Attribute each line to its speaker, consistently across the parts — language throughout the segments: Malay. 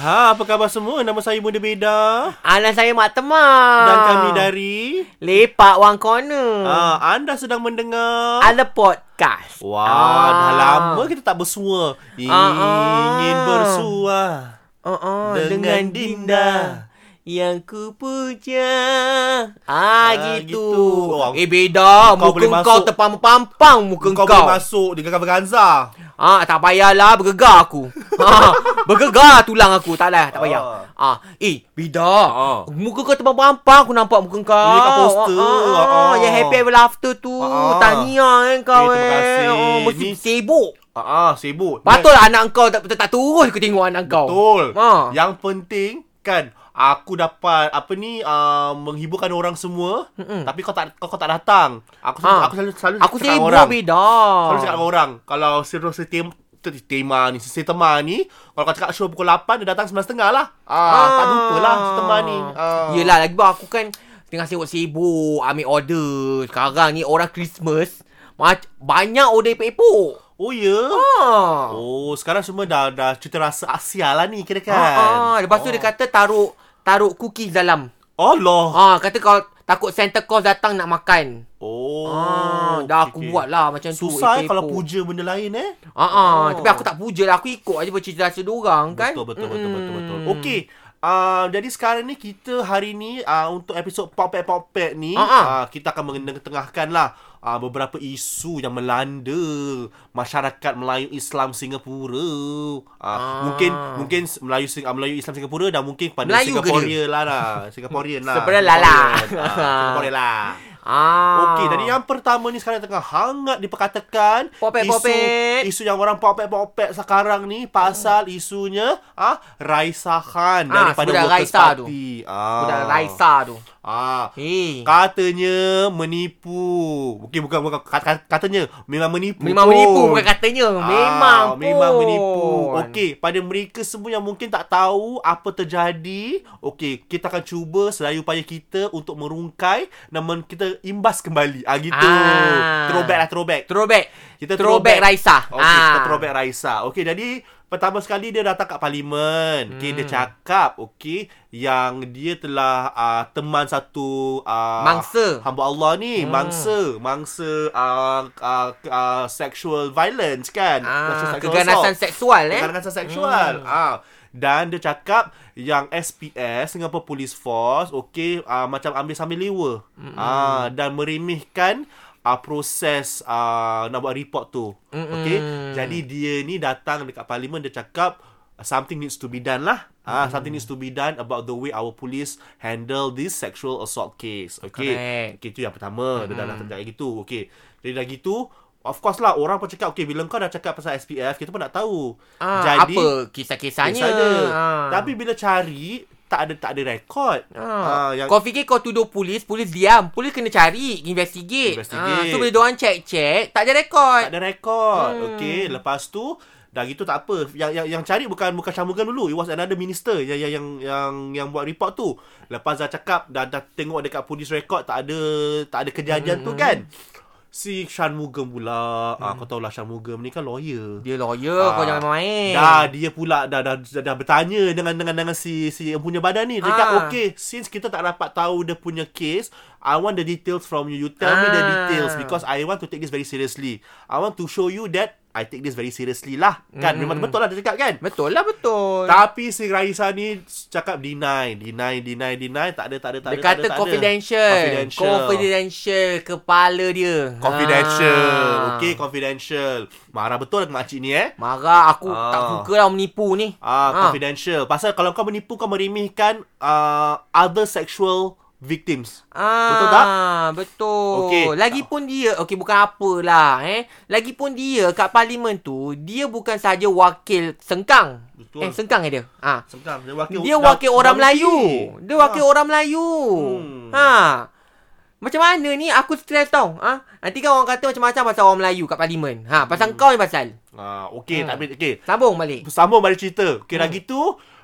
Speaker 1: Ha, apa khabar semua? Nama saya Bunda Beda
Speaker 2: Alan saya Mak Temah.
Speaker 1: dan kami dari
Speaker 2: Lepak Wang Corner.
Speaker 1: ha, anda sedang mendengar
Speaker 2: Ada podcast.
Speaker 1: Wah,
Speaker 2: Ah.
Speaker 1: dah lama kita tak bersua. Ingin
Speaker 2: Ah.
Speaker 1: bersua.
Speaker 2: Oh, oh,
Speaker 1: Dengan
Speaker 2: dengan,
Speaker 1: Dinda.
Speaker 2: Dinda. Yang ku puja. Ah, gitu.
Speaker 1: gitu. Wah,
Speaker 2: Eh, beda.
Speaker 1: kau boleh
Speaker 2: Muka kau
Speaker 1: masuk.
Speaker 2: terpampang-pampang muka
Speaker 1: Kau,
Speaker 2: kau.
Speaker 1: boleh masuk di Kakak Verganza.
Speaker 2: Ah, tak payahlah bergegar aku. ah, bergegar tulang aku. Taklah, tak payah. Ah, eh, beda.
Speaker 1: Ah.
Speaker 2: Muka kau terpampang-pampang aku nampak muka kau.
Speaker 1: Ni kat poster.
Speaker 2: Ah, ah,
Speaker 1: Ah.
Speaker 2: ah. Yang happy ever after tu.
Speaker 1: Ah.
Speaker 2: Tahniah eh kau
Speaker 1: Eh,
Speaker 2: eh.
Speaker 1: terima kasih.
Speaker 2: Oh, mesti
Speaker 1: Ni-
Speaker 2: sibuk.
Speaker 1: Ha, ah, sibuk.
Speaker 2: Patut lah anak kau tak, tak, tak turun aku tengok anak kau.
Speaker 1: Betul.
Speaker 2: Ha.
Speaker 1: Yang penting kan aku dapat apa ni uh, menghiburkan orang semua Mm-mm. tapi kau tak kau, kau tak datang. Aku
Speaker 2: Ha.
Speaker 1: aku selalu selalu
Speaker 2: Aku
Speaker 1: cakap dengan
Speaker 2: sibuk
Speaker 1: orang.
Speaker 2: beda.
Speaker 1: Selalu
Speaker 2: Ah.
Speaker 1: cakap dengan orang kalau serius tem te- tema ni sesi tema ni kalau kau cakap show pukul 8 dia datang 9.30 lah. Ah, tak jumpa lah sesi tema ni. Ah.
Speaker 2: Yelah, lagi bah aku kan tengah sibuk-sibuk ambil order. Sekarang ni orang Christmas. Mac- banyak order epok-epok.
Speaker 1: Oh ya. Yeah?
Speaker 2: Ah.
Speaker 1: Oh, sekarang semua dah dah cerita rasa Asia lah ni kira kan.
Speaker 2: Ah, ah. Lepas tu
Speaker 1: oh.
Speaker 2: dia kata taruh taruh cookies dalam.
Speaker 1: Allah.
Speaker 2: Ah, kata kalau takut Santa Claus datang nak makan.
Speaker 1: Oh.
Speaker 2: ah, dah aku buat lah macam tu.
Speaker 1: Susah eh
Speaker 2: epok-epok.
Speaker 1: kalau puja benda lain eh.
Speaker 2: Ah, ah.
Speaker 1: Oh.
Speaker 2: tapi aku tak puja lah. Aku ikut aja bercerita rasa dorang kan. Hmm.
Speaker 1: Betul betul betul
Speaker 2: Mm-mm.
Speaker 1: betul betul. Okey. Uh, jadi sekarang ni kita hari ni uh, untuk episod Popek Popek ni
Speaker 2: Ah, ah.
Speaker 1: uh, kita akan mengetengahkan lah uh, beberapa isu yang melanda masyarakat Melayu Islam Singapura. Uh,
Speaker 2: Ah.
Speaker 1: Mungkin mungkin s- Melayu Sing- uh, Melayu Islam Singapura dan mungkin pada
Speaker 2: Melayu ke
Speaker 1: Singaporean lah lah. Singaporean lah.
Speaker 2: Sebenarnya lah lah.
Speaker 1: Singaporean. Ah, Singaporean lah.
Speaker 2: Ah.
Speaker 1: Okey, jadi ya- yang pertama ni sekarang tengah hangat diperkatakan
Speaker 2: Popek,
Speaker 1: isu
Speaker 2: popek.
Speaker 1: isu yang orang popek-popek sekarang ni pasal isunya ah raisahan
Speaker 2: Ah,
Speaker 1: daripada
Speaker 2: budak
Speaker 1: Workers'
Speaker 2: Raisa tu.
Speaker 1: Party. Ah.
Speaker 2: Budak Raisa tu.
Speaker 1: Ah.
Speaker 2: Hei.
Speaker 1: Katanya menipu. Mungkin bukan bukan kat- kat- katanya memang menipu.
Speaker 2: Memang
Speaker 1: pun.
Speaker 2: menipu bukan katanya. Memang
Speaker 1: Ah, memang
Speaker 2: pun.
Speaker 1: menipu. Okey, pada mereka semua yang mungkin tak tahu apa terjadi, okey, kita akan cuba sedaya upaya kita untuk merungkai namun kita imbas kembali. Ah gitu.
Speaker 2: Ah.
Speaker 1: Throwback lah throwback.
Speaker 2: Throwback.
Speaker 1: Kita
Speaker 2: throwback Raisa.
Speaker 1: Okey, ah. kita throwback Raisa. Okey, jadi pertama sekali dia datang kat parlimen. Okey,
Speaker 2: Hmm.
Speaker 1: dia cakap okey yang dia telah uh, teman satu uh,
Speaker 2: Mangsa.
Speaker 1: hamba Allah ni, hmm. mangsa, mangsa uh, uh, uh, sexual violence kan.
Speaker 2: Ah,
Speaker 1: Sexual
Speaker 2: keganasan
Speaker 1: assault.
Speaker 2: seksual eh.
Speaker 1: Keganasan seksual. Hmm. Ah. Dan dia cakap yang SPS Singapore Police Force okey ah, macam ambil sambil lewa. Ah dan merimihkan ah, proses ah, nak buat report tu. Okey. Jadi dia ni datang dekat parlimen dia cakap something needs to be done lah. Ah something needs to be done about the way our police handle this sexual assault case. Okey.
Speaker 2: Correct.
Speaker 1: Okey itu yang pertama dia dah datang cakap gitu. Okey. Jadi dah gitu Of course lah orang pun cakap Okay bila kau dah cakap pasal SPF Kita pun nak tahu
Speaker 2: Ah,
Speaker 1: Jadi
Speaker 2: apa
Speaker 1: Tanya.
Speaker 2: kisah-kisahnya?
Speaker 1: ada.
Speaker 2: Ah.
Speaker 1: Tapi bila cari tak ada tak ada rekod.
Speaker 2: Ah,
Speaker 1: Ha, yang
Speaker 2: kau fikir kau tuduh polis, polis diam. Polis kena cari, investigate.
Speaker 1: Investigate.
Speaker 2: Ah, so bila diorang check-check, tak ada rekod.
Speaker 1: tak ada rekod. Hmm. Okey, lepas tu dah gitu tak apa. Yang yang yang cari bukan bukan Syamugan dulu. It was another minister yang yang yang yang, yang buat report tu. Lepas dah cakap dah dah tengok dekat polis rekod tak ada tak ada kejadian hmm. tu kan. Si Shanmugam pula. Hmm. Ah, kau tahulah Shanmugam ni kan lawyer.
Speaker 2: Dia lawyer, kau
Speaker 1: Ah.
Speaker 2: jangan main.
Speaker 1: Dah dia pula dah dah, dah, dah bertanya dengan dengan dengan si si yang punya badan ni. Dia
Speaker 2: Ah.
Speaker 1: cakap okay since kita tak dapat tahu dia punya case, I want the details from you. You tell me the
Speaker 2: Ah.
Speaker 1: details because I want to take this very seriously. I want to show you that I take this very seriously lah. Kan memang betul lah dia cakap kan?
Speaker 2: Betul lah, betul.
Speaker 1: Tapi si Raisa ni cakap deny, deny, deny, deny, tak ada tak ada tak ada. tak ada,
Speaker 2: dia kata
Speaker 1: tak ada.
Speaker 2: confidential.
Speaker 1: Confidential.
Speaker 2: Confidential. Kepala dia.
Speaker 1: Confidential.
Speaker 2: Ah.
Speaker 1: Okay, confidential. Marah betul lah makcik ni eh.
Speaker 2: Marah aku
Speaker 1: Ah.
Speaker 2: tak suka lah menipu ni.
Speaker 1: Ah,
Speaker 2: Ah.
Speaker 1: confidential. Pasal kalau kau menipu kau merimihkan uh, other sexual victims.
Speaker 2: Ah,
Speaker 1: Betul tak?
Speaker 2: Betul.
Speaker 1: Okey.
Speaker 2: Okay. Lagipun dia, okey bukan apalah eh. Lagipun dia kat parlimen tu, dia bukan saja wakil Sengkang.
Speaker 1: Betul.
Speaker 2: Eh, Sengkang eh dia. Ah.
Speaker 1: Sebentar, dia wakil
Speaker 2: Dia wakil orang Melayu. Dia wakil orang Melayu.
Speaker 1: Ha. Hmm.
Speaker 2: Ha. Macam mana ni aku stres tau. Ha? Nanti kan orang kata macam-macam pasal orang Melayu kat parlimen. Ha,
Speaker 1: Hmm.
Speaker 2: pasal kau ni pasal.
Speaker 1: Ah, okey,
Speaker 2: Hmm.
Speaker 1: tak ambil okey.
Speaker 2: Sambung balik.
Speaker 1: Sambung balik cerita. Okey, hmm. dah gitu,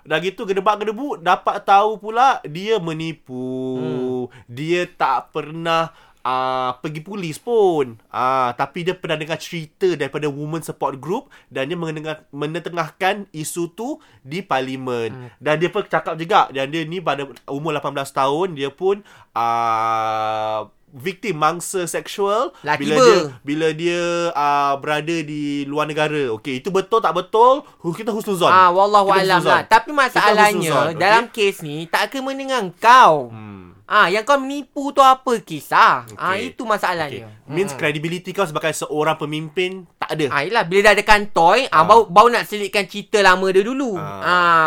Speaker 1: dah gitu gedebak-gedebu dapat tahu pula dia menipu. Hmm. Dia tak pernah uh, pergi polis pun. Ah, uh, tapi dia pernah dengar cerita daripada women support group dan dia mendengar, menetengahkan isu tu di parlimen. Hmm. Dan dia pun cakap juga dan dia ni pada umur 18 tahun dia pun ah uh, victim mangsa seksual
Speaker 2: Laki
Speaker 1: bila
Speaker 2: ber.
Speaker 1: dia bila dia uh, berada di luar negara. Okey, itu betul tak betul? Hu- Kita husnuzon.
Speaker 2: Ah, wallahu
Speaker 1: Kita
Speaker 2: alam
Speaker 1: husnuzon.
Speaker 2: lah. Tapi
Speaker 1: Kita husnuzon,
Speaker 2: masalahnya
Speaker 1: okey?
Speaker 2: dalam kes ni tak akan mendengar kau. Hmm. Ah, yang kau menipu tu apa kisah? Okay. Ah,
Speaker 1: Okey.
Speaker 2: itu
Speaker 1: Okay.
Speaker 2: masalahnya.
Speaker 1: Means credibility kau sebagai seorang pemimpin tak ada.
Speaker 2: Ah, yelah, bila dah ada kantoi, ah. baru, baru nak selitkan cerita lama dia dulu. Ah.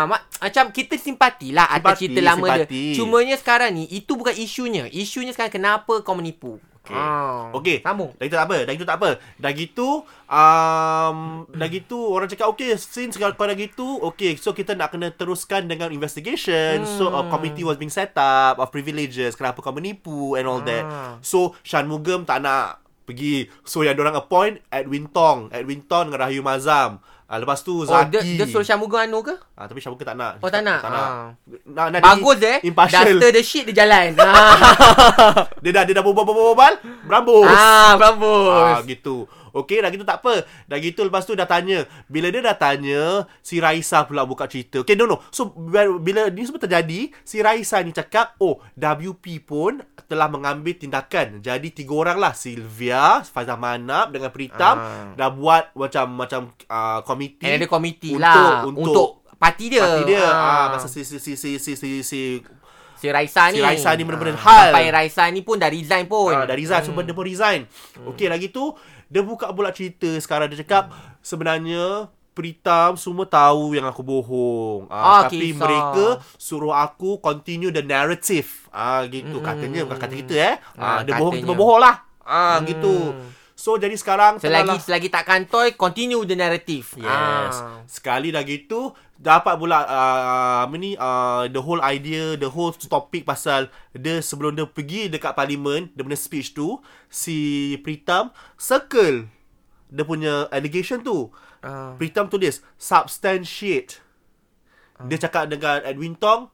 Speaker 1: Ah.
Speaker 2: mak, macam kita simpati lah
Speaker 1: Simpati,
Speaker 2: atas cerita lama
Speaker 1: simpati.
Speaker 2: dia. Cumanya sekarang ni, itu bukan isunya. Isunya sekarang kenapa kau menipu. Ah,
Speaker 1: Okay. Okey.
Speaker 2: Sambung.
Speaker 1: Dah gitu tak apa. Dah gitu tak apa. Dah gitu um dah gitu orang cakap okay since kalau kau dah gitu okay so kita nak kena teruskan dengan investigation. Hmm. So a committee was being set up of privileges kenapa kau menipu and all that.
Speaker 2: Ah.
Speaker 1: So Shanmugam tak nak pergi. So yang orang appoint Edwin Tong, Edwin Tong dengan Rahayu Mazam. Ah, lepas tu
Speaker 2: Oh,
Speaker 1: Zaki.
Speaker 2: dia, dia suruh Syamuga Anu ke?
Speaker 1: ah, tapi Shanmugam tak nak.
Speaker 2: Oh, tak nak?
Speaker 1: Tak nak.
Speaker 2: Ah.
Speaker 1: Nak, nak jadi
Speaker 2: Bagus eh.
Speaker 1: Impartial.
Speaker 2: Duster the shit dia jalan. ah,
Speaker 1: Dia dah dia dah bobal-bobal, berambus.
Speaker 2: ah
Speaker 1: Ah
Speaker 2: Prambos.
Speaker 1: gitu. Okey dah gitu tak apa. Dah gitu lepas tu dah tanya. Bila dia dah tanya, si Raisa pula buka cerita. Okey no no. So bila, bila ni semua terjadi, si Raisa ni cakap, "Oh, WP pun telah mengambil tindakan. Jadi tiga orang lah Sylvia, Faizah Manap dengan Pritam
Speaker 2: Ah.
Speaker 1: dah buat macam macam uh, komiti
Speaker 2: And ada komiti
Speaker 1: untuk-
Speaker 2: lah
Speaker 1: untuk-
Speaker 2: untuk parti dia.
Speaker 1: parti dia. Ah, masa si si si si si, si, si
Speaker 2: si Raisa
Speaker 1: si
Speaker 2: ni. Ah.
Speaker 1: Raisa ni benar-benar hal.
Speaker 2: Sampai Raisa ni pun dah resign pun.
Speaker 1: Ah, dah resign hmm. dia pun resign. Hmm. Okey lagi tu dia buka pula cerita sekarang dia cakap hmm. sebenarnya Pritam semua tahu yang aku bohong. Ah,
Speaker 2: Ah,
Speaker 1: tapi
Speaker 2: kisah.
Speaker 1: mereka suruh aku continue the narrative. Ah gitu hmm. katanya bukan kata kita eh. Ah,
Speaker 2: Ah,
Speaker 1: dia bohong kita
Speaker 2: katanya.
Speaker 1: berbohong lah. Ah gitu. So jadi sekarang
Speaker 2: Selagi
Speaker 1: telah-
Speaker 2: selagi tak kantoi continue the narrative.
Speaker 1: Yes.
Speaker 2: Ah.
Speaker 1: Sekali dah gitu dapat pula uh, apa ni uh, the whole idea, the whole topic pasal dia sebelum dia pergi dekat parlimen, dia punya speech tu si Pritam circle dia punya allegation tu.
Speaker 2: Ah.
Speaker 1: Pritam tulis substantiate.
Speaker 2: Ah.
Speaker 1: Dia cakap dengan Edwin Tong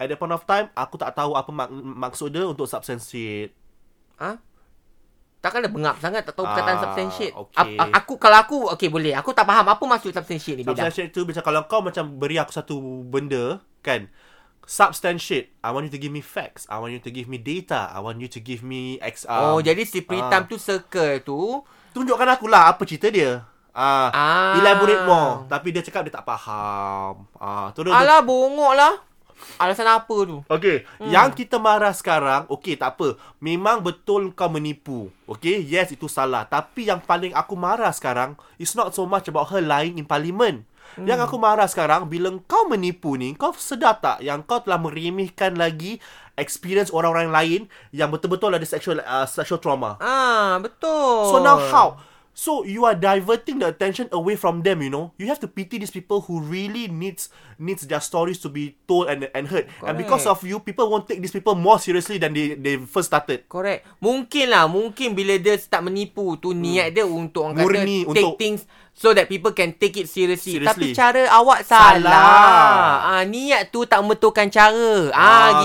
Speaker 1: at that point of time aku tak tahu apa mak- maksud dia untuk substantiate.
Speaker 2: Ha? Takkan dia bengap sangat tak tahu perkataan
Speaker 1: Ah,
Speaker 2: substantiate.
Speaker 1: okey.
Speaker 2: Okay. Aku kalau aku okey boleh. Aku tak faham apa maksud substantiate ni beda.
Speaker 1: Substantiate tu macam kalau kau macam beri aku satu benda kan substantiate I want you to give me facts I want you to give me data I want you to give me ex
Speaker 2: Oh,
Speaker 1: um,
Speaker 2: jadi si Pritam
Speaker 1: ah.
Speaker 2: tu circle tu
Speaker 1: tunjukkan aku lah apa cerita dia ah,
Speaker 2: Ah.
Speaker 1: elaborate more tapi dia cakap dia tak faham ah tu dia
Speaker 2: Alah bongok lah. Alasan apa tu?
Speaker 1: Okay, hmm. yang kita marah sekarang, okay tak apa. Memang betul kau menipu. Okay, yes itu salah. Tapi yang paling aku marah sekarang, it's not so much about her lying in parliament. Hmm. Yang aku marah sekarang, bila kau menipu ni, kau sedar tak yang kau telah meremehkan lagi experience orang-orang lain yang betul-betul ada sexual uh, sexual trauma.
Speaker 2: Ah, betul.
Speaker 1: So now how? So you are diverting the attention away from them, you know. You have to pity these people who really needs needs their stories to be told and and heard. Correct. And because of you, people won't take these people more seriously than they they first started.
Speaker 2: Correct. Mungkin lah, mungkin bila dia start menipu tu hmm. niat dia untuk orang
Speaker 1: Murni
Speaker 2: kata take
Speaker 1: untuk-
Speaker 2: things so that people can take it seriously.
Speaker 1: Seriously.
Speaker 2: Tapi cara awak salah.
Speaker 1: Salah.
Speaker 2: Ah niat tu tak membetulkan cara. Ah,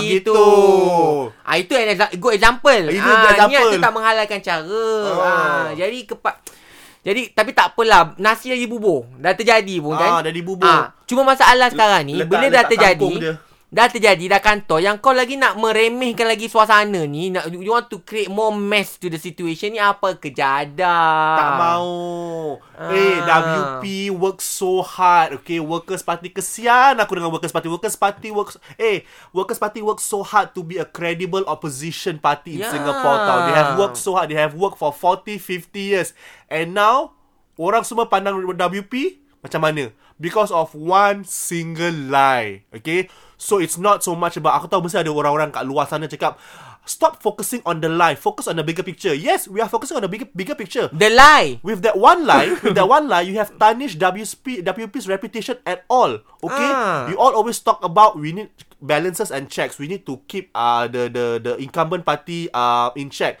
Speaker 1: Ah,
Speaker 2: gitu.
Speaker 1: gitu.
Speaker 2: Ah itu an exa- good example.
Speaker 1: Itu
Speaker 2: ah
Speaker 1: example.
Speaker 2: niat tu tak menghalalkan cara. Ah,
Speaker 1: Ah.
Speaker 2: jadi kepa jadi tapi tak apalah nasi lagi bubur. Dah terjadi pun
Speaker 1: Ah,
Speaker 2: kan.
Speaker 1: dah dibubur.
Speaker 2: cuma masalah sekarang ni
Speaker 1: letak-
Speaker 2: bila dah
Speaker 1: letak
Speaker 2: terjadi
Speaker 1: kangkung dia.
Speaker 2: Dah terjadi dah kantor Yang kau lagi nak meremehkan lagi suasana ni nak, You want to create more mess to the situation ni Apa kejadah
Speaker 1: Tak mau. Eh,
Speaker 2: Ah.
Speaker 1: WP work so hard. Okay, Workers Party. Kesian aku dengan Workers Party. Workers Party works... Eh, Workers Party works so hard to be a credible opposition party in
Speaker 2: Yeah.
Speaker 1: Singapore tau. They have worked so hard. They have worked for 40, 50 years. And now, orang semua pandang WP macam mana? Because of one single lie. Okay? So, it's not so much about... Aku tahu mesti ada orang-orang kat luar sana cakap, Stop focusing on the lie. Focus on the bigger picture. Yes, we are focusing on the bigger bigger picture.
Speaker 2: The lie
Speaker 1: With that one lie, with that one lie, you have tarnished WP, WP's reputation at all. Okay,
Speaker 2: Ah.
Speaker 1: you all always talk about we need balances and checks. We need to keep uh the the the incumbent party uh in check.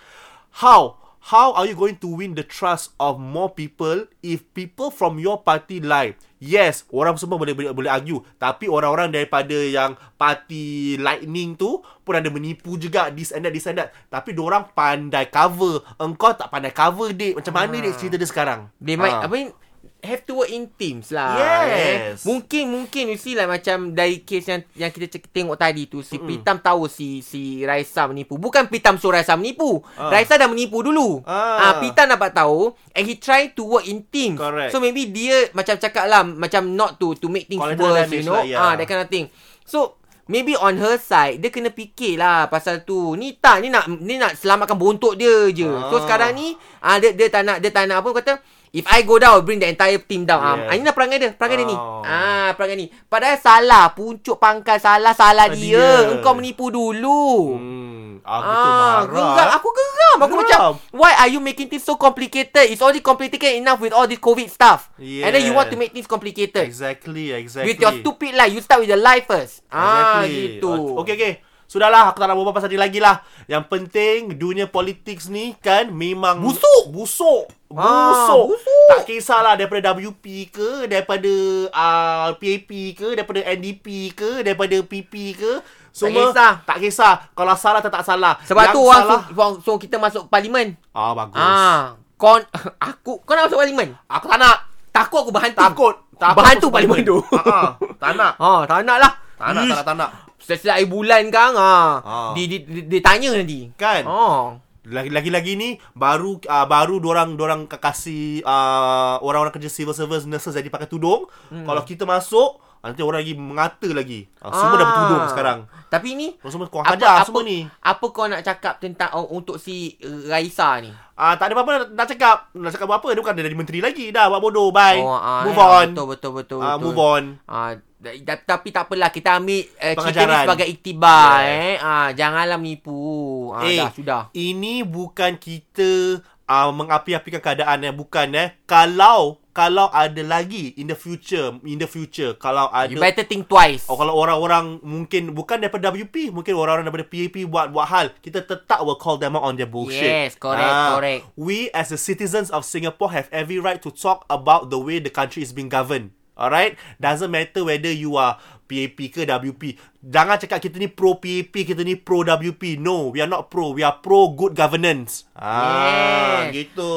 Speaker 1: How how are you going to win the trust of more people if people from your party lie? Yes, orang semua boleh boleh, boleh argue, tapi orang-orang daripada yang parti lightning tu pun ada menipu juga this and that this and that. Tapi orang pandai cover. Engkau tak pandai cover dik. Macam mana dik cerita dia sekarang?
Speaker 2: They might
Speaker 1: Ah.
Speaker 2: apa ni have to work in teams lah.
Speaker 1: Yes.
Speaker 2: Eh. Mungkin mungkin you see lah macam dari kes yang yang kita cek- tengok tadi tu si mm. Pritam tahu si si Raisa menipu. Bukan Pritam suruh Raisa menipu.
Speaker 1: Ah.
Speaker 2: Raisa dah menipu dulu.
Speaker 1: Ah.
Speaker 2: Ah Pritam dapat tahu and he try to work in teams.
Speaker 1: Correct.
Speaker 2: So maybe dia macam cakap lah macam not to to make things
Speaker 1: Collateral
Speaker 2: worse
Speaker 1: damage
Speaker 2: you
Speaker 1: lah,
Speaker 2: know.
Speaker 1: yeah.
Speaker 2: Ah that kind of thing. So Maybe on her side Dia kena fikir lah Pasal tu Ni tak Ni nak ni nak selamatkan bontot dia je ah. So
Speaker 1: Ah.
Speaker 2: sekarang ni ah, dia, dia tak nak Dia tak nak apa kata If I go down Bring the entire team down
Speaker 1: Yes.
Speaker 2: yes. ah, Ini lah perangai dia Perangai dia ni
Speaker 1: Oh.
Speaker 2: ah, Perangai ni Padahal salah Puncuk pangkal Salah salah
Speaker 1: Ah,
Speaker 2: dia.
Speaker 1: dia.
Speaker 2: Engkau menipu dulu
Speaker 1: Hmm, aku tu
Speaker 2: Ah, geram.
Speaker 1: marah. eh.
Speaker 2: Aku geram. Aku
Speaker 1: Geram.
Speaker 2: macam why are you making things so complicated? It's already complicated enough with all this COVID stuff. And then you
Speaker 1: Yeah.
Speaker 2: want to make things complicated.
Speaker 1: Exactly, exactly.
Speaker 2: With your stupid life, you start with your life first. Ah,
Speaker 1: Exactly.
Speaker 2: gitu.
Speaker 1: Okay, okay. Sudahlah, aku tak nak berbual pasal dia lagi lah. Yang penting, dunia politik ni kan memang...
Speaker 2: Busuk.
Speaker 1: Busuk.
Speaker 2: Ah,
Speaker 1: Busuk.
Speaker 2: busuk.
Speaker 1: Tak kisahlah daripada WP ke, daripada uh, PAP ke, daripada NDP ke, daripada PP ke. Semua
Speaker 2: kisah.
Speaker 1: tak kisah. Kalau salah atau tak salah.
Speaker 2: Sebab
Speaker 1: Yang
Speaker 2: tu orang
Speaker 1: salah,
Speaker 2: suruh, orang suruh kita masuk parlimen.
Speaker 1: Ah, bagus.
Speaker 2: Ah, kau aku kau nak masuk parlimen?
Speaker 1: Aku tak nak.
Speaker 2: Takut aku berhantu.
Speaker 1: Takut. Takut
Speaker 2: Berhantu
Speaker 1: aku
Speaker 2: parlimen tu.
Speaker 1: Ah, ah. tak nak.
Speaker 2: Ha, tak nak lah.
Speaker 1: Tak nak, tak nak, tak nak.
Speaker 2: Setiap air bulan kan ha.
Speaker 1: Ah.
Speaker 2: Dia, dia, dia, dia tanya nanti.
Speaker 1: Kan?
Speaker 2: Ha.
Speaker 1: Lagi- Lagi-lagi ni baru uh, baru dorang dorang k- kasih uh, orang-orang kerja civil service nurses jadi pakai tudung. Hmm. Kalau kita masuk ah, nanti orang lagi mengata lagi. Uh, semua dah bertudung sekarang.
Speaker 2: Tapi ni
Speaker 1: Orang semua kurang ajar semua
Speaker 2: Ah. apa,
Speaker 1: ni.
Speaker 2: Apa kau nak cakap tentang oh, untuk si uh, Raisa ni?
Speaker 1: Ah uh, tak ada apa-apa nak, nak cakap. Nak cakap apa? Dia bukan dari menteri lagi. Dah buat bodoh. Bye.
Speaker 2: ah,
Speaker 1: move
Speaker 2: eh,
Speaker 1: on.
Speaker 2: Betul betul betul.
Speaker 1: Ah uh,
Speaker 2: betul.
Speaker 1: move on.
Speaker 2: Ah, da- da- tapi tak apalah kita ambil uh, cerita ni
Speaker 1: Pengajaran.
Speaker 2: sebagai iktibar
Speaker 1: Yes.
Speaker 2: yes. eh. Ah, janganlah menipu. Ah,
Speaker 1: Eh.
Speaker 2: dah sudah.
Speaker 1: Ini bukan kita uh, mengapi-apikan keadaan eh bukan eh. Kalau kalau ada lagi in the future, in the future kalau ada
Speaker 2: You better think twice.
Speaker 1: Oh, kalau orang-orang mungkin bukan daripada WP, mungkin orang-orang daripada PAP buat buat hal, kita tetap will call them out on their bullshit. Ah,
Speaker 2: Yes, correct, correct.
Speaker 1: We as the citizens of Singapore have every right to talk about the way the country is being governed. Alright? Doesn't matter whether you are PAP ke WP. Jangan cakap kita ni pro PAP, kita ni pro WP. No, we are not pro. We are pro good governance. Ah,
Speaker 2: Yes.
Speaker 1: gitu.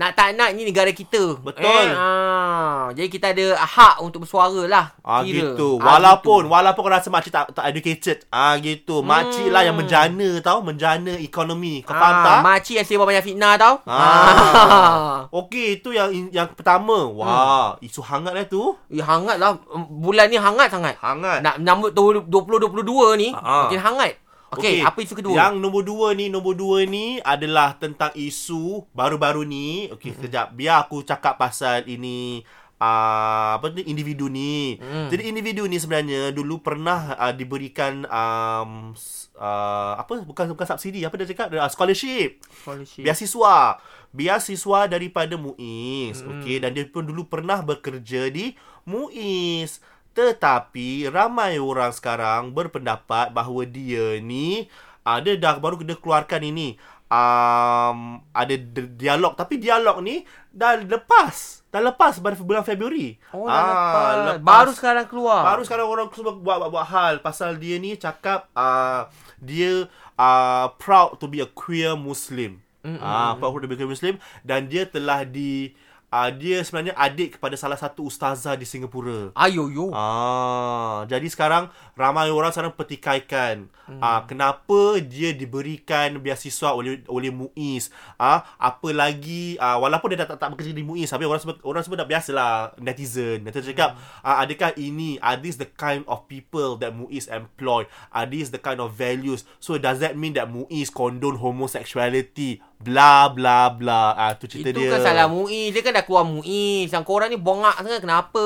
Speaker 2: Nak tak nak ni negara kita.
Speaker 1: Betul.
Speaker 2: Eh, ah, jadi kita ada hak untuk bersuara lah.
Speaker 1: Ah
Speaker 2: kira.
Speaker 1: gitu.
Speaker 2: Ah,
Speaker 1: Walaupun walaupun kau rasa makcik tak tak educated. Ah gitu. Makcik lah yang menjana tau, menjana ekonomi. Kau faham tak?
Speaker 2: Ah, makcik yang sebar banyak fitnah tau.
Speaker 1: Ah.
Speaker 2: Ah.
Speaker 1: Okey, itu yang yang pertama. Wah, isu hangat lah tu.
Speaker 2: Eh, hangat lah. Mm, Bulan ni hangat sangat.
Speaker 1: Hangat.
Speaker 2: Nak menyambut tahun 2022 ni,
Speaker 1: Ah.
Speaker 2: makin hangat. Okey, okay. apa isu kedua?
Speaker 1: Yang nombor dua ni, nombor dua ni adalah tentang isu baru-baru ni.
Speaker 2: Mm-hmm.
Speaker 1: Okey, mm sekejap. Biar aku cakap pasal ini uh, apa tu individu ni. Mm. Jadi individu ni sebenarnya dulu pernah uh, diberikan um, s- uh, apa bukan bukan subsidi, apa dia cakap? Uh, scholarship.
Speaker 2: Scholarship.
Speaker 1: Biasiswa. Biasiswa daripada MUIS. Hmm. Okey dan dia pun dulu pernah bekerja di MUIS. Tetapi ramai orang sekarang berpendapat bahawa dia ni ada dah baru dia keluarkan ini um, ada d- dialog tapi dialog ni dah lepas. Dah lepas pada bulan Februari.
Speaker 2: Oh, dah lepas. Baru sekarang keluar.
Speaker 1: Ah, Baru sekarang orang semua buat buat, buat hal pasal dia ni cakap uh, dia uh, proud to be a queer Muslim. Ah, uh, proud to be a queer Muslim dan dia telah di uh, dia sebenarnya adik kepada salah satu ustazah di Singapura.
Speaker 2: Ayo, yo.
Speaker 1: Ah, jadi sekarang ramai orang sekarang pertikaikan hmm. ah kenapa dia diberikan beasiswa oleh oleh MUIS. Ah, apa lagi ah walaupun dia tak tak, tak bekerja di MUIS, tapi orang semua orang semua dah biasalah netizen. Netizen cakap, hmm. ah, adakah ini are these the kind of people that MUIS employ? Are these the kind of values? So does that mean that MUIS condone homosexuality? Bla bla bla. Ah tu cerita
Speaker 2: Itu
Speaker 1: dia.
Speaker 2: kan salah MUI. Dia kan dah keluar MUI. Yang korang ni bongak sangat. Kenapa?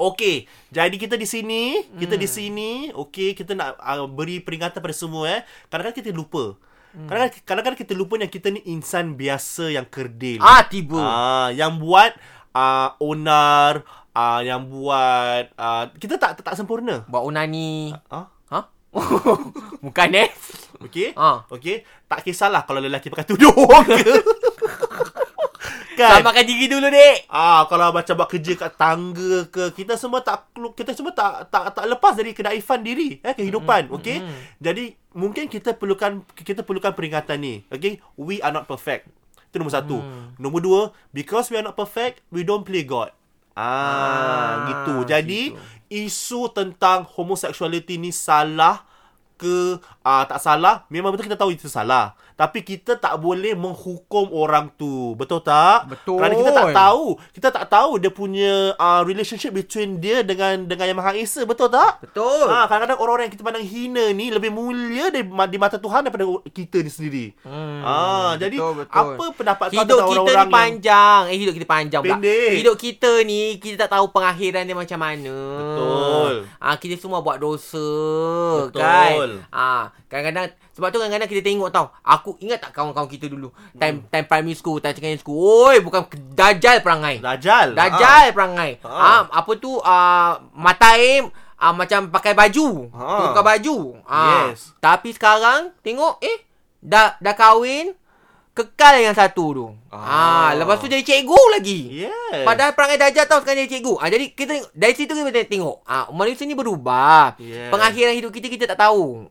Speaker 1: Okey, jadi kita di sini, kita di sini, okey, kita nak uh, beri peringatan pada semua eh. Kadang-kadang kita lupa. Kadang-kadang, kadang-kadang kita lupa yang kita ni insan biasa yang kerdil.
Speaker 2: Ah, tiba.
Speaker 1: Ah, yang buat uh, onar, uh, yang buat uh, kita tak tak sempurna.
Speaker 2: Buat onani.
Speaker 1: Ah,
Speaker 2: Ha? Bukan eh?
Speaker 1: okey.
Speaker 2: Ah.
Speaker 1: Okey, tak kisahlah kalau lelaki pakai tudung ke. kan.
Speaker 2: Selamatkan diri dulu, dek.
Speaker 1: Ah kalau macam buat kerja kat tangga ke kita semua tak kelu- kita semua tak tak tak lepas dari kedaifan diri eh kehidupan mm-hmm. okey jadi mungkin kita perlukan kita perlukan peringatan ni okey we are not perfect itu nombor satu mm. nombor dua because we are not perfect we don't play god ah, ah gitu jadi
Speaker 2: gitu.
Speaker 1: isu tentang homoseksualiti ni salah ke uh, tak salah memang betul kita tahu itu salah tapi kita tak boleh menghukum orang tu betul tak
Speaker 2: Betul.
Speaker 1: kerana kita tak tahu kita tak tahu dia punya uh, relationship between dia dengan dengan yang maha esa betul tak
Speaker 2: Betul.
Speaker 1: Ah, kadang-kadang orang-orang yang kita pandang hina ni lebih mulia di, di mata Tuhan daripada kita ni sendiri. Hmm, ah, jadi
Speaker 2: betul, betul.
Speaker 1: apa pendapat kau
Speaker 2: Hidup
Speaker 1: tentang
Speaker 2: kita
Speaker 1: orang-orang
Speaker 2: ni panjang. Eh, hidup kita panjang pula.
Speaker 1: Pendek.
Speaker 2: Hidup kita ni, kita tak tahu pengakhiran dia macam mana.
Speaker 1: Betul.
Speaker 2: Ah, kita semua buat dosa.
Speaker 1: Betul.
Speaker 2: Kan? Ah, kadang-kadang, sebab tu kadang-kadang kita tengok tau. Aku ingat tak kawan-kawan kita dulu.
Speaker 1: Hmm.
Speaker 2: Time time primary school, time secondary school. Oi, bukan ke- dajal perangai.
Speaker 1: yang Dajal.
Speaker 2: Dajal Ah. perangai.
Speaker 1: Ah.
Speaker 2: Ah, apa tu ah mataim ah macam pakai baju.
Speaker 1: Ah.
Speaker 2: Tukar baju. Ah.
Speaker 1: Yes.
Speaker 2: Tapi sekarang tengok eh dah dah kahwin kekal yang satu tu.
Speaker 1: Ah.
Speaker 2: Ah, lepas tu jadi cikgu lagi.
Speaker 1: Yes.
Speaker 2: Padahal perangai dajal tau sekarang jadi cikgu. Ah jadi kita tengok- dari situ kita tengok. Ah manusia ni berubah.
Speaker 1: Yes.
Speaker 2: Pengakhiran hidup kita kita tak tahu.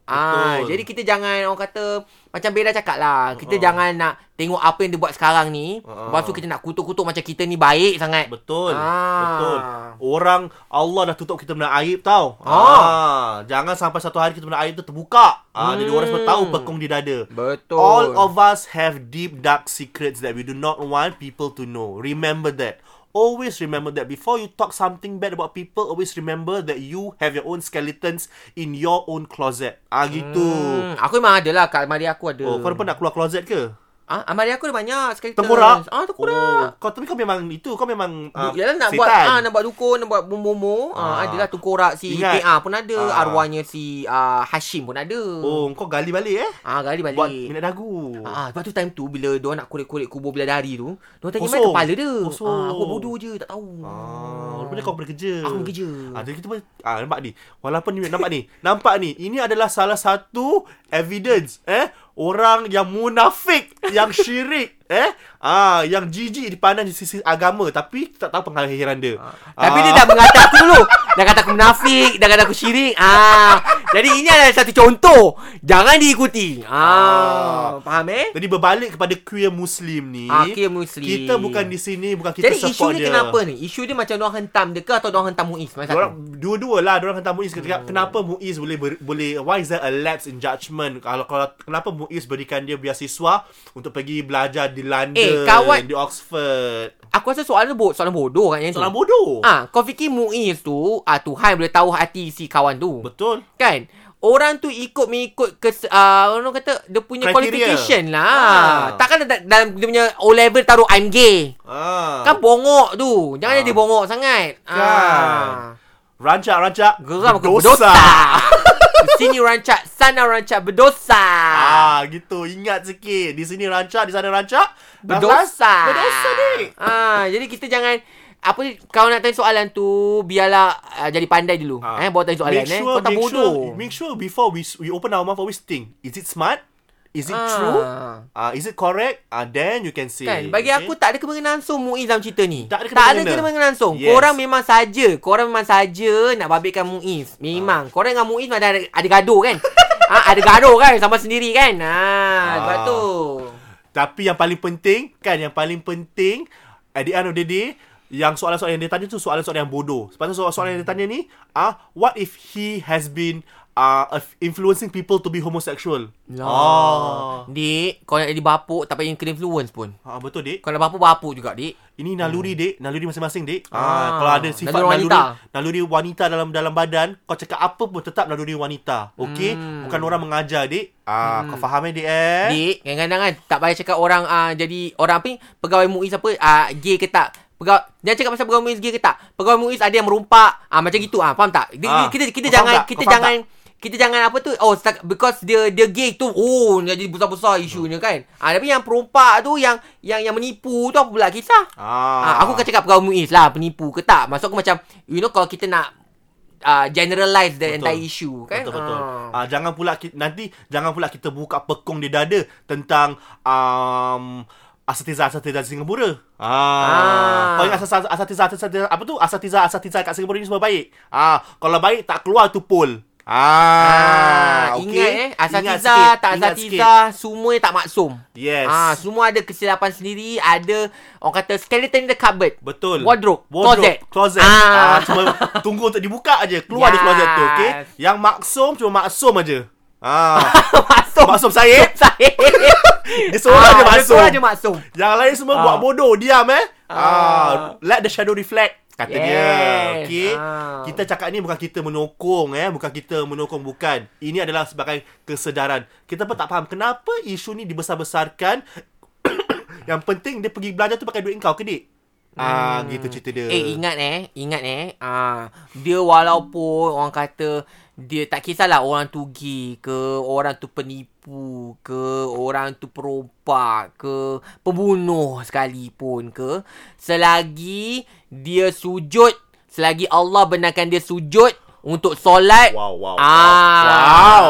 Speaker 1: Betul. Ah.
Speaker 2: Ah jadi kita jangan orang kata macam Bella cakap lah. Kita uh-huh. jangan nak tengok apa yang dia buat sekarang ni.
Speaker 1: Uh-uh.
Speaker 2: Uh-huh. Lepas tu kita nak kutuk-kutuk macam kita ni baik sangat.
Speaker 1: Betul.
Speaker 2: Ah.
Speaker 1: Betul. Orang Allah dah tutup kita benda aib tau. Ah.
Speaker 2: Ah.
Speaker 1: Jangan sampai satu hari kita benda aib tu terbuka. Ah, hmm. jadi orang semua tahu pekong di dada.
Speaker 2: Betul.
Speaker 1: All of us have deep dark secrets that we do not want people to know. Remember that. Always remember that before you talk something bad about people, always remember that you have your own skeletons in your own closet. Ah gitu.
Speaker 2: Hmm, aku memang ada lah kat almari aku ada.
Speaker 1: Oh, kau pun nak keluar closet ke?
Speaker 2: Ah, almari aku ada banyak sekali.
Speaker 1: Tengkorak.
Speaker 2: Ah, tengkorak.
Speaker 1: Oh, kau tapi kau memang itu, kau memang
Speaker 2: Oh.
Speaker 1: ah,
Speaker 2: Yalah nak buat
Speaker 1: setan.
Speaker 2: ah, nak buat dukun, nak buat bomo.
Speaker 1: Ah.
Speaker 2: Ah, adalah tengkorak si
Speaker 1: Ingat.
Speaker 2: PA pun ada,
Speaker 1: Ah.
Speaker 2: arwahnya si ah, Hashim pun ada.
Speaker 1: Oh, kau gali balik eh?
Speaker 2: Ah, gali balik.
Speaker 1: Buat minyak dagu.
Speaker 2: Ah, ah, lepas tu time tu bila dia nak korek-korek kubur bila dari tu, dia tanya
Speaker 1: Kosong.
Speaker 2: mana kepala dia.
Speaker 1: Kosong.
Speaker 2: Ah, aku bodoh je, tak tahu.
Speaker 1: Ah, rupanya kau pernah kerja.
Speaker 2: Oh. Aku kerja.
Speaker 1: Ah, jadi kita pun ah nampak ni. Walaupun ni nampak ni. Nampak ni. Ini adalah salah satu evidence eh orang yang munafik, yang syirik eh ah yang jijik dipandang di sisi agama tapi tak tahu pengakhiran dia.
Speaker 2: Ah.
Speaker 1: Ah,
Speaker 2: Tapi dia dah mengata aku dulu. Dah kata aku munafik, dah kata aku syirik. Ah, jadi ini adalah satu contoh. Jangan diikuti. Ah, faham eh?
Speaker 1: jadi berbalik kepada queer muslim ni.
Speaker 2: Ah, queer Muslim.
Speaker 1: Kita bukan di sini bukan kita
Speaker 2: Jadi isu
Speaker 1: support
Speaker 2: ni
Speaker 1: dia.
Speaker 2: kenapa ni? Isu dia macam orang hentam dia ke atau orang hentam Muiz? Macam
Speaker 1: Diorang dua-dua lah diorang hentam Muiz ketika hmm. kenapa Muiz boleh ber, boleh why is there a lapse in judgement kalau kalau kenapa Muiz berikan dia beasiswa untuk pergi belajar di London
Speaker 2: Eh, kawan-
Speaker 1: di Oxford Hmm.
Speaker 2: Aku rasa soalan bo- soalan bodoh katnya tu.
Speaker 1: soalan bodoh
Speaker 2: Ah, kau fikir Muiz tu, ah Tuhan boleh tahu hati si kawan tu.
Speaker 1: betul
Speaker 2: Kan? Orang tu ikut mengikut ke uh, orang kata dia
Speaker 1: Criteria.
Speaker 2: punya qualification lah.
Speaker 1: Ah.
Speaker 2: Takkan dia, dalam dia punya O level taruh I'm gay.
Speaker 1: ah
Speaker 2: Kan bongok tu. Jangan
Speaker 1: Ah.
Speaker 2: jadi bongok sangat.
Speaker 1: Kan.
Speaker 2: Ah.
Speaker 1: rancak-rancak
Speaker 2: Geram aku berdosa. Di sini rancak, sana rancak berdosa.
Speaker 1: ah gitu ingat sikit di sini rancak di sana rancak Last-
Speaker 2: Berdosa.
Speaker 1: last, berdosa dik
Speaker 2: Ah, jadi kita jangan apa ni, kalau nak tanya soalan tu biarlah uh, jadi pandai dulu.
Speaker 1: Ah.
Speaker 2: Ah. Eh baru tanya soalan
Speaker 1: make
Speaker 2: eh.
Speaker 1: sure,
Speaker 2: Kau tak
Speaker 1: make
Speaker 2: bodoh.
Speaker 1: sure, make sure before we we open our mouth always think is it smart is it
Speaker 2: Ah.
Speaker 1: true Ah, uh, is it correct? Ah, uh, then you can say.
Speaker 2: Kan bagi aku tak ada kena langsung Muiz dalam cerita ni.
Speaker 1: Tak ada
Speaker 2: tak ada
Speaker 1: kena-mengena.
Speaker 2: kena langsung.
Speaker 1: Yes.
Speaker 2: Yes. Korang memang saja, korang memang saja nak babitkan Muiz. Memang. Korang dengan Muiz ada ada gaduh kan? ah, ada gaduh kan sama sendiri kan? Ha, ah, sebab
Speaker 1: Ah.
Speaker 2: tu.
Speaker 1: Tapi yang paling penting kan yang paling penting at the end of the day yang soalan-soalan yang dia tanya tu soalan-soalan yang bodoh. Sebab tu soalan-soalan yang dia tanya ni ah uh, what if he has been uh, af- influencing people to be homosexual?
Speaker 2: Lah.
Speaker 1: Ah.
Speaker 2: Dik, kau nak jadi bapuk tak payah kena influence pun.
Speaker 1: Ah betul dik.
Speaker 2: Kalau bapuk-bapuk juga, Dik.
Speaker 1: Ini naluri dik, naluri masing-masing dik. Ah,
Speaker 2: Hmm. Ah,
Speaker 1: kalau ada sifat
Speaker 2: naluri
Speaker 1: naluri
Speaker 2: wanita.
Speaker 1: naluri wanita dalam dalam badan, kau cakap apa pun tetap naluri wanita. Okey? Hmm. Bukan orang mengajar dik. Ah,
Speaker 2: Hmm.
Speaker 1: kau faham eh dik eh?
Speaker 2: Dik, kadang-kadang kan tak payah cakap orang uh, jadi orang apa ni, pegawai MUIS apa uh, gay ke tak. Pegawai, jangan cakap pasal pegawai MUIS gay ke tak. Pegawai MUIS ada yang merompak. Ah uh, macam gitu ah, uh, faham tak? Dia,
Speaker 1: Ah,
Speaker 2: kita
Speaker 1: kau
Speaker 2: kita
Speaker 1: faham
Speaker 2: jangan
Speaker 1: tak?
Speaker 2: kita
Speaker 1: Kau faham
Speaker 2: jangan kita jangan apa tu oh setakat- because dia dia gay tu oh dia jadi besar-besar isunya kan. Ah tapi yang perompak tu yang yang yang menipu tu apa pula kisah? Ah, aku akan cakap pegawai MUIS lah penipu ke tak. Maksud aku macam you know kalau kita nak uh, generalize the
Speaker 1: Betul.
Speaker 2: entire issue kan.
Speaker 1: Betul betul.
Speaker 2: Ah.
Speaker 1: Ah. jangan pula ki- nanti jangan pula kita buka pekong di dada tentang um, asatiza-asatiza Singapura. Ah. Kau
Speaker 2: Ah.
Speaker 1: ingat asas- asatiza asatiza apa tu? Asatiza-asatiza kat Singapura ni semua baik. Ah, kalau baik tak keluar tu pol. Ah,
Speaker 2: Ah,
Speaker 1: okey.
Speaker 2: Ingat eh
Speaker 1: Ingat
Speaker 2: Asatiza
Speaker 1: sikit,
Speaker 2: Tak
Speaker 1: ingat
Speaker 2: Asatiza Semua tak maksum
Speaker 1: Yes.
Speaker 2: ah, Semua ada kesilapan sendiri Ada Orang kata skeleton in the cupboard
Speaker 1: Betul.
Speaker 2: Wardrobe,
Speaker 1: Wardrobe. Closet.
Speaker 2: closet.
Speaker 1: Ah.
Speaker 2: Ah.
Speaker 1: cuma tunggu untuk dibuka aje. Keluar yes. di closet tu, okey?
Speaker 2: Yes.
Speaker 1: Yang maksum cuma maksum aje. Ah.
Speaker 2: Maksum
Speaker 1: maksum Said.
Speaker 2: Sahib
Speaker 1: Dia seorang Ah, je
Speaker 2: Ah, Dia
Speaker 1: maksum.
Speaker 2: seorang je maksum
Speaker 1: Yang lain semua
Speaker 2: Ah.
Speaker 1: buat bodoh, diam eh. Ah.
Speaker 2: Ah.
Speaker 1: let the shadow reflect. Kata yes. dia.
Speaker 2: Yes.
Speaker 1: Okey.
Speaker 2: Ah.
Speaker 1: Kita cakap ni bukan kita menokong eh, bukan kita menokong bukan. Ini adalah sebagai kesedaran. Kita pun tak faham kenapa isu ni dibesar-besarkan. Yang penting dia pergi belanja tu pakai duit kau ke dik? Ah, gitu cerita dia.
Speaker 2: Eh ingat eh Ingat eh ah, Dia walaupun Orang kata Dia tak kisahlah Orang tu gay ke Orang tu penipu ke Orang tu perompak ke Pembunuh sekalipun ke Selagi Dia sujud Selagi Allah benarkan dia sujud Untuk solat ah,
Speaker 1: Wow, wow, wow. Wow.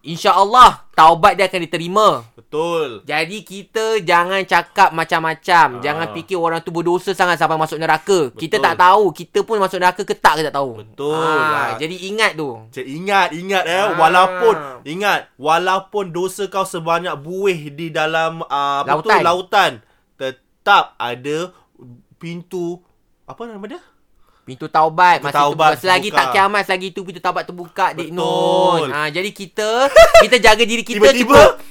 Speaker 2: InsyaAllah Taubat dia akan diterima
Speaker 1: Betul.
Speaker 2: Jadi kita jangan cakap
Speaker 1: Ah.
Speaker 2: macam-macam. Jangan fikir orang tu berdosa sangat sampai masuk neraka. Betul. Kita
Speaker 1: Betul.
Speaker 2: tak tahu. Kita pun masuk neraka ke tak kita tak tahu.
Speaker 1: Betul lah.
Speaker 2: Ah, Jadi ingat tu.
Speaker 1: Cik, ingat, ingat eh.
Speaker 2: Ah.
Speaker 1: Walaupun, ingat. Walaupun dosa kau sebanyak buih di dalam uh, apa tu,
Speaker 2: Lautan.
Speaker 1: lautan. Tetap ada pintu, apa nama dia?
Speaker 2: Pintu taubat
Speaker 1: Pintu
Speaker 2: masih
Speaker 1: taubat
Speaker 2: terbuka. Selagi
Speaker 1: terbuka.
Speaker 2: tak kiamat selagi tu pintu taubat terbuka Dik
Speaker 1: Betul.
Speaker 2: Nun. Ah, jadi kita kita jaga diri kita cukup.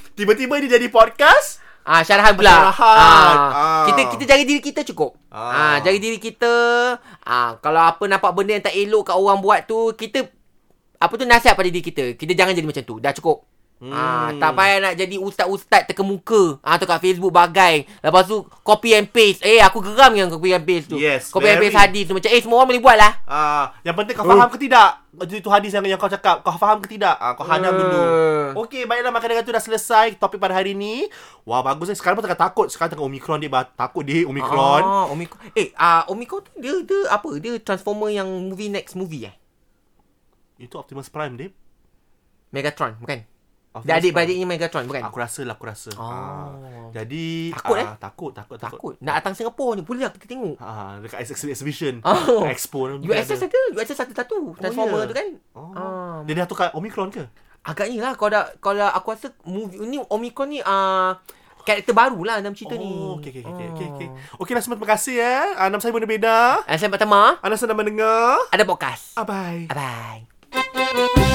Speaker 1: Tiba-tiba, tiba-tiba dia jadi podcast.
Speaker 2: Ah syarahan pula.
Speaker 1: Syarahan. Ah.
Speaker 2: Ah. Kita kita jaga diri kita cukup.
Speaker 1: Ah.
Speaker 2: Ah. jaga diri kita. Ah kalau apa nampak benda yang tak elok kat orang buat tu kita apa tu nasihat pada diri kita. Kita jangan jadi macam tu. Dah cukup. Hmm. Ah tak payah nak jadi ustaz-ustaz terkemuka. Ah tu kat Facebook bagai. Lepas tu copy and paste. Eh aku geram dengan copy and paste tu.
Speaker 1: Yes,
Speaker 2: copy and
Speaker 1: very.
Speaker 2: paste hadis tu macam eh semua orang boleh buat lah.
Speaker 1: Ah, yang penting kau
Speaker 2: Oh.
Speaker 1: faham ke tidak? Itu hadis yang, yang kau cakap. Kau faham ke tidak? Ah, kau hadam
Speaker 2: Hmm.
Speaker 1: dulu. Okey, baiklah maka dengan itu dah selesai topik pada hari ni. Wah, bagus ni. Sekarang pun tengah takut. Sekarang tengah Omikron dia takut dia Omikron.
Speaker 2: Ah, Omicron. Eh ah Omicron tu dia dia apa? Dia Transformer yang movie next movie eh.
Speaker 1: Itu Optimus Prime dia.
Speaker 2: Megatron bukan?
Speaker 1: Optimus
Speaker 2: Dia adik
Speaker 1: Prime.
Speaker 2: beradik ni Megatron bukan?
Speaker 1: Aku rasa lah, aku rasa.
Speaker 2: Kan? Oh.
Speaker 1: Ah, jadi
Speaker 2: Takut,
Speaker 1: ah,
Speaker 2: eh?
Speaker 1: Takut, takut, takut.
Speaker 2: Takut. Nak datang Singapura ni boleh lah kita tengok.
Speaker 1: Ah, dekat ex- exhibition,
Speaker 2: Oh.
Speaker 1: expo ni
Speaker 2: USS ada. USS satu-satu. Transformer
Speaker 1: ya?
Speaker 2: tu kan.
Speaker 1: Oh.
Speaker 2: Ah.
Speaker 1: Dia dah tukar Omicron ke?
Speaker 2: Agaknya lah kalau dah, kalau aku rasa movie ni Omicron ni ah karakter baru lah dalam cerita ni.
Speaker 1: Oh, okey okey okey okey okey.
Speaker 2: Oh.
Speaker 1: Okey lah semua terima kasih eh. Ah, nama saya Bunda Beda.
Speaker 2: Ah. Saya pertama
Speaker 1: Anda sedang mendengar.
Speaker 2: ada podcast.
Speaker 1: Ah, bye.
Speaker 2: Bye bye.
Speaker 3: Thank